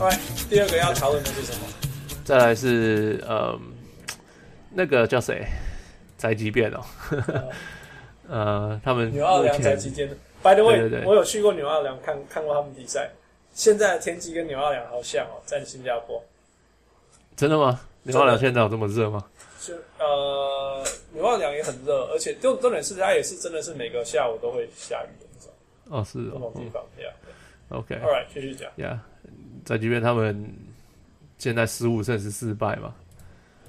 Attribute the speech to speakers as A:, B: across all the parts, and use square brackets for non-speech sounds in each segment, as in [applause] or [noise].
A: 来，第二个要讨论的是什么？
B: 再来是呃，那个叫谁？宅急便
A: [laughs]
B: 哦，呃，他们
A: 纽奥良
B: 目
A: 宅
B: 前
A: 急便的。By the way，
B: 对对对
A: 我有去过纽奥良看看过他们比赛。现在的天气跟纽奥良好像哦，在新加坡。
B: 真的吗？纽奥良现在有这么热吗？
A: 就呃，纽奥良也很热，而且重重点是它也是真的是每个下午都会下雨的那种
B: 哦，是
A: 那
B: 哦
A: 种地方。Yeah.
B: 嗯，OK，
A: All right，继续讲。
B: 呀，宅急便他们现在十五胜十四败嘛，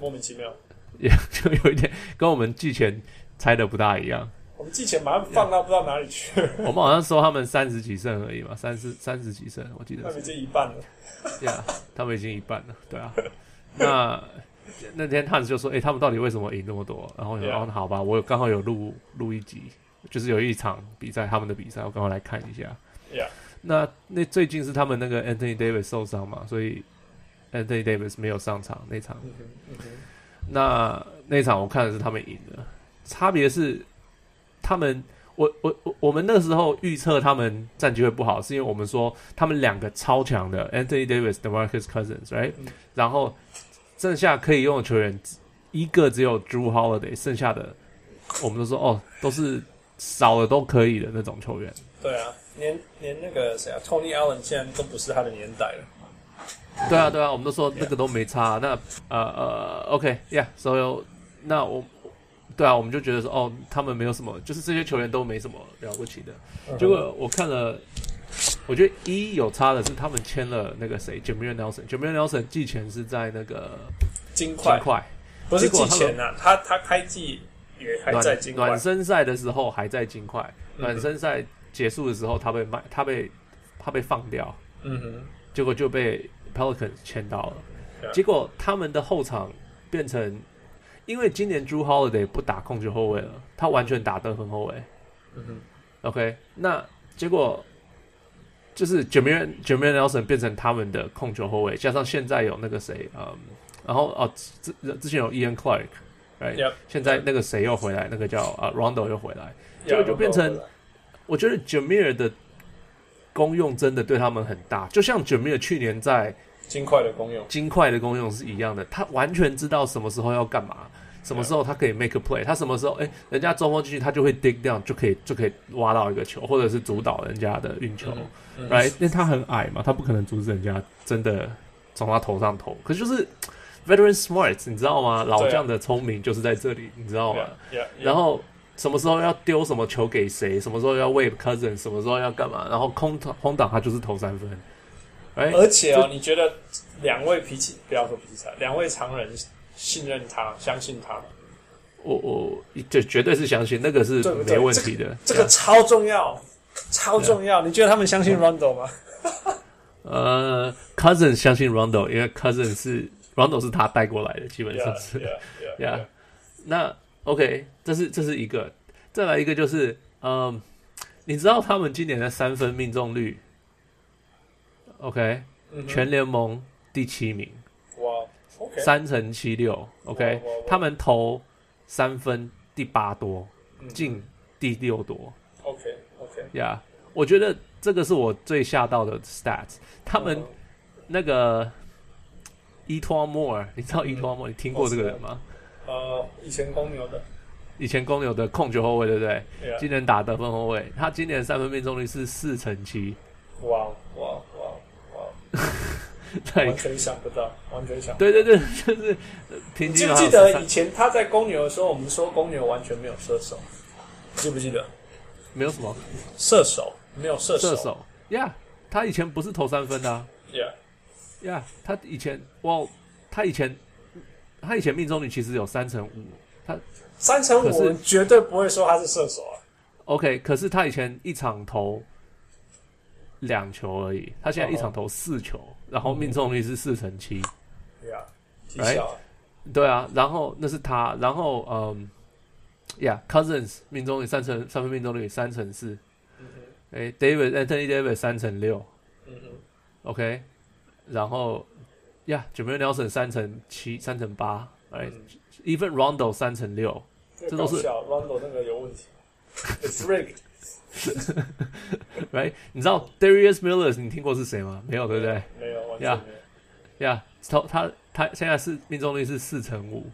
A: 莫名其妙，
B: 也就有一点跟我们季前猜的不大一样。
A: 我们季前马上放到不知道哪里去了，
B: 我们好像说他们三十几胜而已嘛，三十三十几胜，我记得
A: 那
B: 是
A: 已经一半
B: [laughs]
A: 了。
B: 呀他们已经一半了，对啊。那那天汉子就说：“欸诶，他们到底为什么赢那么多？”然后我说：“
A: Yeah.
B: 哦，好吧，我有刚好有录录一集，就是有一场比赛，他们的比赛，我刚好来看一下。
A: Yeah.
B: 那那最近是他们那个 Anthony Davis 受伤嘛，所以 Anthony Davis 没有上场那场。
A: 嗯哼，嗯哼。
B: 那那场我看的是他们赢的，差别是他们，我我我我们那时候预测他们战绩会不好，是因为我们说他们两个超强的 Anthony Davis、DeMarcus Cousins，right？、
A: 嗯
B: 然后剩下可以用的球员一个只有 Drew Holiday，剩下的我们都说哦都是少的都可以的那种球员。
A: 对啊，连连那个谁啊，Tony Allen 现在都不是他的年代了。
B: 对啊，对啊，我们都说那个都没差。那呃呃，OK，yeah，、所有那我对啊，我们就觉得说哦，他们没有什么，就是这些球员都没什么了不起的。
A: 嗯
B: 结果我看了，我觉得一有差的是他们签了那个谁 j a m i r Nelson。j a m i r Nelson 季前是在那个
A: 金
B: 金
A: 块
B: 块
A: 不是
B: 结果
A: 季
B: 他们
A: 前啊，他他开季也还在金
B: 暖
A: 块
B: 暖。身赛的时候还在金块，
A: 嗯
B: 暖身赛结束的时候他被卖，他被他被放掉。
A: 嗯哼，
B: 结果就被 Pelicans 签到了
A: Yeah.。
B: 结果他们的后场变成，因为今年 Drew Holiday 不打控球后卫了，他完全打得分后卫。
A: 嗯哼，
B: OK，那结果就是 j a m i r j a m i r Nelson 变成他们的控球后卫，加上现在有那个谁，嗯，然后哦，之之前有 Ian Clark，right，、
A: Yep.
B: 现在那个谁又回来，那个叫啊 Rondo 又回来，结果就变成我觉得 Jamir 的功用真的对他们很大，就像 Jamir 去年在
A: 金块的功用。
B: 金块的功用是一样的，他完全知道什么时候要干嘛，什么时候他可以 make a play，他什么时候哎、人家中锋进去，他就会 dig down，就可以就可以挖到一个球，或者是阻挡人家的运球、
A: 嗯
B: r i g h t 因为他很矮嘛，他不可能阻止人家真的从他头上投，可是就是 veteran smart，你知道吗？老将的聪明就是在这里，你知道吗？
A: Yeah, yeah,
B: 哦然后什么时候要丢什么球给谁，什么时候要 wave cousin，什么时候要干嘛，然后空档空档他就是投三分，哎、
A: 而且哦，你觉得两位脾气不要说脾气差，两位常人信任他、相信他吗？
B: 我我这绝对是相信那个是
A: 对不对
B: 没问题的。
A: 这个超重要，超重要。你觉得他们相信 Rondo 吗？
B: 呃，Cousin 相信 Rondo，因为 Cousin 是 Rondo 是他带过来的，基本上 [laughs] 是。
A: yeah,
B: Yeah，那 OK，这是这是一个，再来一个就是，嗯，你知道他们今年的三分命中率，OK，、
A: 嗯哼
B: 全联盟第七名，
A: 哇，OK，
B: 三乘七六，OK，
A: 哇哇哇
B: 他们投三分第八多，
A: 嗯
B: 进第六多，
A: OK OK，
B: 呀、我觉得这个是我最吓到的 stats。他们那个 Etwan Moore，你知道
A: 嗯
B: Etwan Moore，、你听过这个人吗？
A: 呃，以前公牛的，
B: 以前公牛的控球后卫，对不对？
A: Yeah
B: 今年打得分后卫，他今年三分命中率是四成七，
A: 哇哇哇哇，
B: 对哎
A: 完，全想不到，完全想不到。
B: 对对对，就是呃平
A: 你记
B: 均
A: 不
B: 好像
A: 记得
B: 13
A: 以前他在公牛的时候，我们说公牛完全没有射手，记不记得？
B: 没有什么
A: 射手没有射手，
B: 射手呀他以前不是投三分的、啊。
A: ，Yeah，
B: 呀、他以前哇，他以前他以前命中率其实有三成五，他
A: 三乘
B: 可是
A: 五我们绝对不会说他是射手啊。
B: OK，可是他以前一场投两球而已，他现在一场投四球，然后命中率是四成七。
A: Yeah，踢笑啊，
B: 对啊，然后那是他，然后嗯，Yeah，Cousins 命中率三成三分命中率三成四，哎，David Anthony David 三成六
A: 嗯哼，
B: ，OK，然后 Yeah，Jamal Nelson 三成七三成八，哎
A: 嗯
B: ，Even Rondo 三成六，
A: 这
B: 哎这
A: 搞
B: 都是
A: 笑，Rondo 那个有问题，It's rigged。
B: ，right？你知道 Darius Miller 你听过是谁吗？没有，对不对？
A: 没有，完全没有。
B: 呀、yeah,，他他他现在是命中率是四成五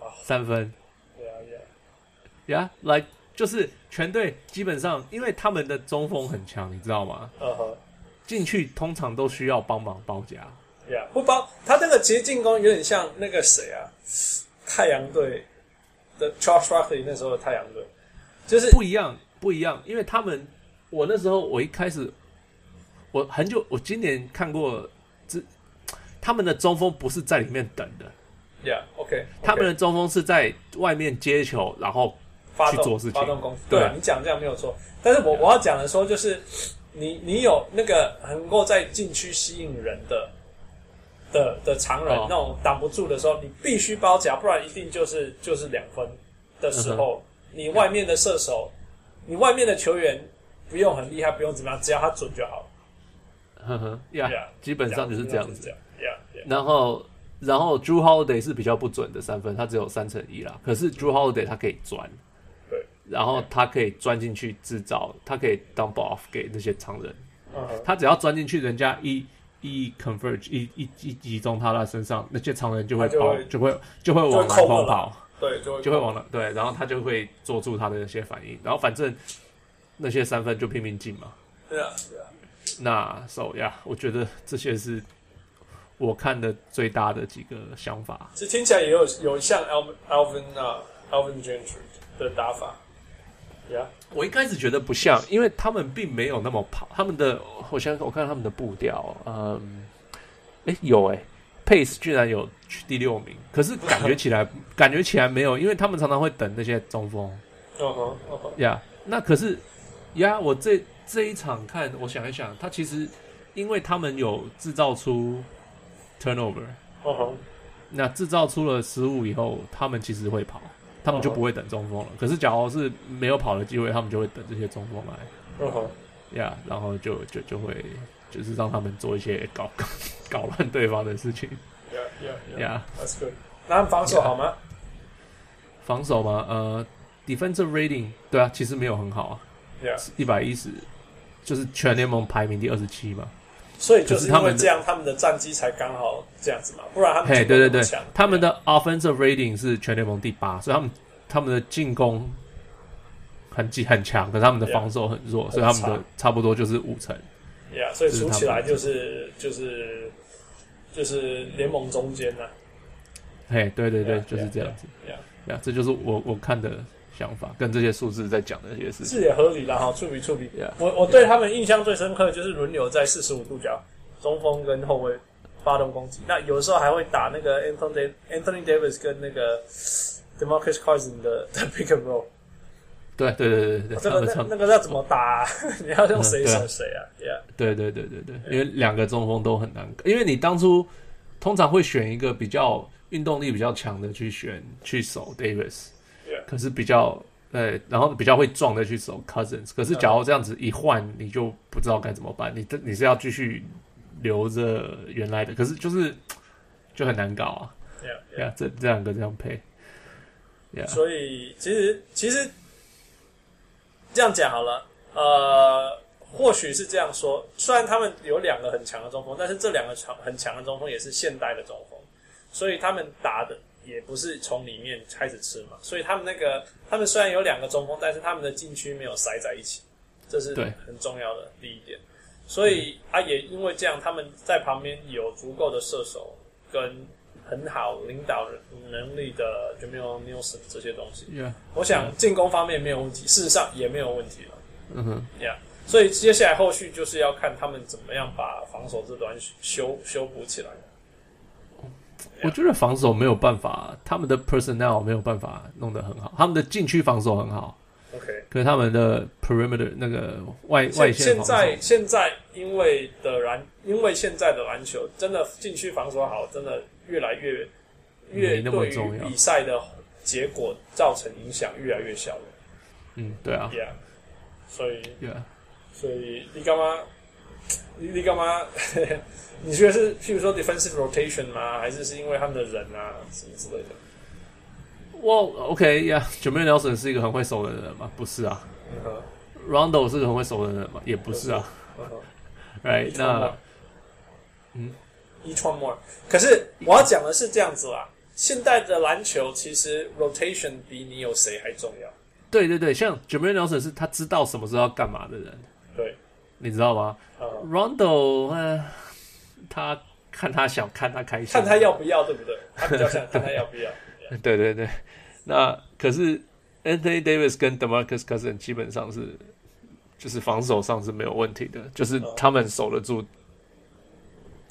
A: 哦，
B: 三分。
A: 对啊，对啊，
B: 呀，来就是全队基本上，因为他们的中锋很强，你知道吗？
A: 嗯哼。
B: 进去通常都需要帮忙包夹。
A: Yeah，不包他那个其实进攻有点像那个谁啊，太阳队的 Charles Barkley 那时候的太阳队，就是
B: 不一样，不一样，因为他们，我那时候我一开始，我很久，我今年看过这，他们的中锋不是在里面等的，
A: Yeah，OK，、
B: 他们的中锋是在外面接球，然后
A: 发
B: 去
A: 动
B: 做事情
A: 发动攻击，
B: 对
A: 对你讲这样没有错。但是我我要讲的说，就是你你有那个能够在禁区吸引人的的的常人，
B: 哦
A: 那种挡不住的时候，你必须包夹，不然一定就是就是两分的时
B: 嗯
A: 候，你外面的射手，你外面的球员不用很厉害，不用怎么样，只要他准就好了。
B: 呵呵，呀、
A: Yeah，
B: 基本上就是这样子。
A: Yeah，yeah。
B: 然后，然后 Drew Holiday 是比较不准的三分，他只有三成一啦。可是 Drew Holiday 他可以钻，
A: 对，
B: 然后他可以钻进去制造，他可以 dump off 给那些常人。
A: 嗯哼，
B: 他只要钻进去，人家一一 converge 一一一集中他的身上，那些常人就会
A: 他就
B: 跑，
A: 会
B: 就会就会往
A: 就会
B: 篮
A: 空
B: 筐
A: 了啦
B: 跑。
A: 对，就会
B: 就会往了对，然后他就会做出他的那些反应，然后反正那些三分就拼命进嘛。
A: 对啊，对啊，
B: 那手呀，我觉得这些是我看的最大的几个想法。
A: 其实听起来也有有像 Alvin Alvin 啊 Alvin Gentry 的打法，Yeah。
B: 我一开始觉得不像，因为他们并没有那么跑，他们的我想我看他们的步调，嗯，诶，有诶 p a c e 居然有第六名，可是感觉起来感觉起来没有，因为他们常常会等那些中锋。
A: 嗯哼，嗯哼，
B: 呀那可是呀我这这一场看，我想一想，他其实因为他们有制造出 turnover，
A: 嗯哼，
B: 那制造出了失误以后，他们其实会跑，他们就不会等中锋了。可是假如是没有跑的机会，他们就会等这些中锋来
A: 嗯哼，
B: 呀然后就就就会就是让他们做一些搞 [laughs] 搞乱对方的事情
A: yeah yeah yeah
B: 呀。
A: that's good。那他们防守好吗？
B: 防守嘛，呃，defensive rating 对啊，其实没有很好啊，
A: Yeah，
B: 一百一十就是全联盟排名第二十七嘛。
A: 所以就是因
B: 可是他
A: 为
B: 们
A: 这样，他们的战绩才刚好这样子嘛，不然他们
B: 嘿，
A: 进
B: 对
A: 攻
B: 对
A: 那么
B: 对
A: 强，
B: 他们的 offensive rating 是全联盟第八，所以他们他们的进攻很进很强，可是他们的
A: Yeah
B: 防守很弱，所以他们的
A: 差
B: 差不多就是五成。
A: Yeah，所以
B: 这是
A: 数
B: 他们
A: 起来就是就是就是联盟中间啊呐。
B: 嘿，对对对
A: Yeah，
B: 就是这
A: yeah，
B: 样子。
A: Yeah，
B: 呀，这就是我我看的想法，跟这些数字在讲的一些事情。
A: 是也合理啦哈，处理处理
B: Yeah。
A: 我我对他们印象最深刻就是轮流在四十五度角，中锋跟后卫发动攻击。那有时候还会打那个 Anthony Anthony Davis 跟那个 Demarcus Cousins 的的 pick and roll。
B: 对对对对对，
A: 哦这
B: 他
A: 个
B: 们
A: 那
B: 唱
A: 那，个要怎么打、 [laughs] 啊？你要用谁
B: 嗯对啊
A: 守谁啊？Yeah，
B: 对对对对对，因为两个中锋都很难，因为你当初通常会选一个比较运动力比较强的去选去守 Davis，
A: Yeah.
B: 可是比较呃，然后比较会撞的去守 Cousins，可是假如这样子一换，你就不知道该怎么办，你这你是要继续留着原来的，可是就是就很难搞啊，
A: yeah,
B: 呀、这这两个这样配，呀、
A: yeah. 所以其实其实这样讲好了，呃，或许是这样说。虽然他们有两个很强的中锋，但是这两个强很强的中锋也是现代的中锋，所以他们打的也不是从里面开始吃嘛。所以他们那个他们虽然有两个中锋，但是他们的禁区没有塞在一起，这是
B: 对
A: 很重要的第一点。所以啊，也因为这样，他们在旁边有足够的射手跟很好领导能力的 j a m i l Nelson 这些东西，
B: 呀，
A: 我想进攻方面没有问题，事实上也没有问题了。
B: 嗯哼，
A: Yeah，所以接下来后续就是要看他们怎么样把防守这端修修补起来。
B: 我觉得防守没有办法，他们的 personnel 没有办法弄得很好，他们的禁区防守很好。
A: OK，
B: 可是他们的 perimeter 那个外外
A: 现
B: 线
A: 现
B: 防守
A: 在现在因为的篮，因为现在的篮球真的禁区防守好，真的越来越越
B: 没那么
A: 对
B: 重
A: 于
B: 要
A: 比赛的结果造成影响越来越小了。
B: 嗯，对啊
A: Yeah，所以
B: ，Yeah，
A: 所以你干嘛？你你干嘛？ [laughs] 你觉得是譬如说 defensive rotation 吗？还是是因为他们的人啊什么之类的？
B: 我 OK，Yeah，九妹 Nelson 是一个很会守人的人嘛？不是啊
A: 嗯哼嗯
B: Rondo 是个很会守人的人嘛，也不是啊，right？那
A: 啊
B: 嗯，
A: 一创 more。可是我要讲的是这样子啦，现代的篮球其实 rotation 比你有谁还重要。
B: 对对对，像 Jermaine Nelson 是他知道什么时候要干嘛的人，
A: 对，
B: 你知道吗
A: 呃，
B: ？Rondo，呃，他看他想看他开心，啊
A: 看他要不要，对不对？他比较想看他要不要。Yeah
B: 对对对，那可是 Anthony Davis 跟 Demarcus Cousins 基本上是就是防守上是没有问题的，就是
A: 哦
B: 他们守得住，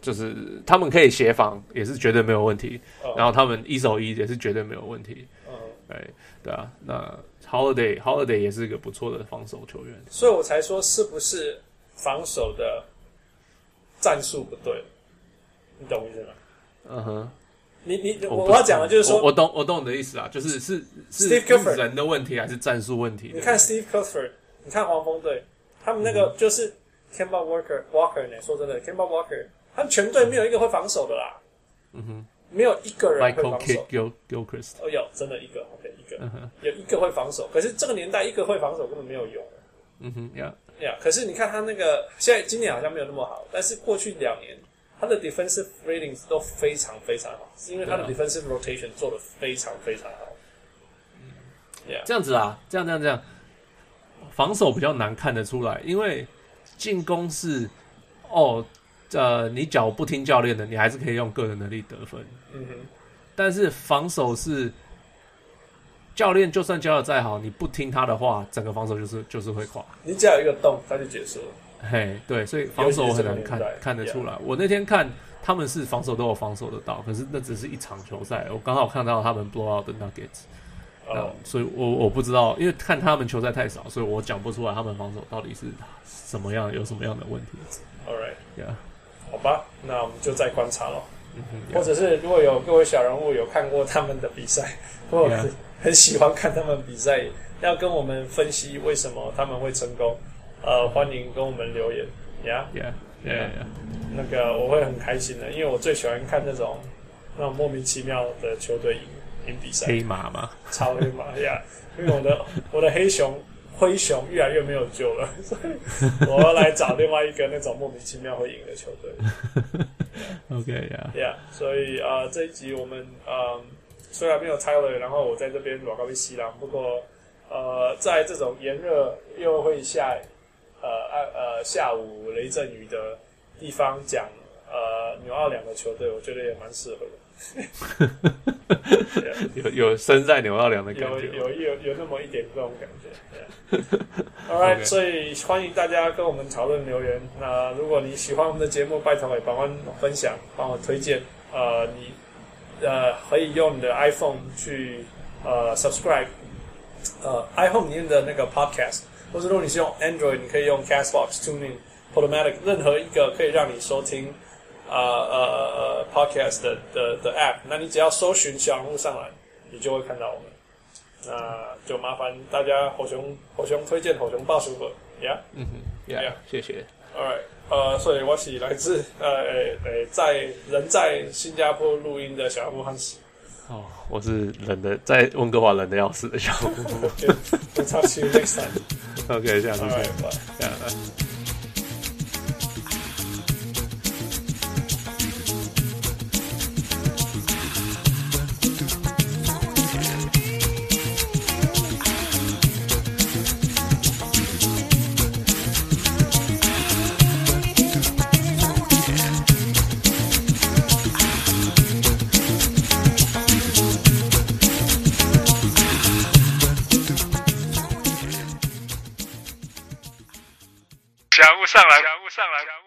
B: 就是他们可以协防也是绝对没有问题，
A: 嗯
B: 然后他们一守一也是绝对没有问题。
A: 嗯，
B: 哎，对啊，那 Holiday Holiday 也是一个不错的防守球员。
A: 所以我才说是不是防守的战术不对？你懂我意思吗？
B: 嗯哼，
A: 你你
B: 不
A: 我我要讲的就是说
B: 我，我懂我懂你的意思啊，就是是是
A: Steve Clifford
B: 是人的问题还是战术问题？
A: 你看 Steve Clifford，你看黄蜂队，他们那
B: 嗯
A: 个就是 Kemba Walker Walker 呢，说真的，Kemba Walker，他们全队没有一个会防守的啦，
B: 嗯哼
A: 没有一个人会
B: ，Michael
A: 防
B: Kidd
A: 守。
B: Gil Gilchrist，
A: 哦，有真的一个，OK，一个
B: 嗯哼，
A: 有一个会防守，可是这个年代一个会防守根本没有用。
B: 嗯哼，Yeah。
A: 呀、可是你看他那个，现在今年好像没有那么好，但是过去两年他的 defensive ratings 都非常非常好，是因为他的
B: 对啊
A: defensive rotation 做的非常非常好。
B: 这样子啊，这样这样这样，防守比较难看得出来，因为进攻是哦，呃，你脚不听教练的，你还是可以用个人能力得分，
A: 嗯哼，
B: 但是防守是教练就算教的再好，你不听他的话，整个防守就是就是会垮。
A: 你只要有一个洞，他就结束了。
B: 嘿，对，所以防守我很
A: 尤
B: 难看
A: 其是这个年代
B: 看得出来。我那天看他们是防守都有防守得到，可是那只是一场球赛，我刚好看到他们 blow out 的 Nuggets。
A: 哦、
B: 嗯，所以我我不知道，因为看他们球赛太少，所以我讲不出来他们防守到底是什么样，有什么样的问题。
A: a l right，
B: Yeah，
A: 好吧，那我们就再观察咯。
B: 嗯哼
A: 或者是如果有各位小人物有看过他们的比赛，或者
B: Yeah
A: 很喜欢看他们比赛，要跟我们分析为什么他们会成功，呃，欢迎跟我们留言呀。
B: ，Yeah，Yeah，Yeah，
A: 那个我会很开心的，因为我最喜欢看那种那种莫名其妙的球队赢赢比赛，
B: 黑马嘛，
A: 超黑马 [laughs] 呀！因为我的我的黑熊灰熊越来越没有救了，所以我要来找另外一个那种莫名其妙会赢的球队。
B: ，OK，Yeah，
A: Yeah，所以啊、呃这一集我们啊、呃虽然没有 Tyler，然后我在这边广告被吸狼，不过呃，在这种炎热又会下呃啊呃下午雷阵雨的地方讲呃纽奥良的球队，我觉得也蛮适合的。
B: [laughs] 有有身在纽奥良的感
A: 有
B: 觉。
A: 有有有那么一点这种感觉。All right，、
B: OK
A: 所以欢迎大家跟我们讨论留言。那如果你喜欢我们的节目，拜托也帮我分享，帮我推荐。呃，你呃可以用你的 iPhone 去呃 subscribe，呃 iPhone 里面的那个 Podcast，或者如果你是用 Android，你可以用 Castbox、TuneIn、Podomatic 任何一个可以让你收听呃呃呃 Podcast 的的的 App。那你只要搜寻小人物上来，你就会看到我们。那就麻烦大家火熊火熊推荐火熊爆薯粉，Yeah。
B: 嗯哼，Yeah，
A: Yeah
B: 谢谢。
A: Alright，呃，所以我是来自呃诶诶，在人在新加坡录音的小木汉斯，
B: 哦，我是冷的，在温哥华冷的要死的小姑姑。 [laughs]
A: 就 we'll talk to you next time。
B: OK，下次见。
A: Alright，bye。
B: Yeah，
C: 小物上来，小物上来，小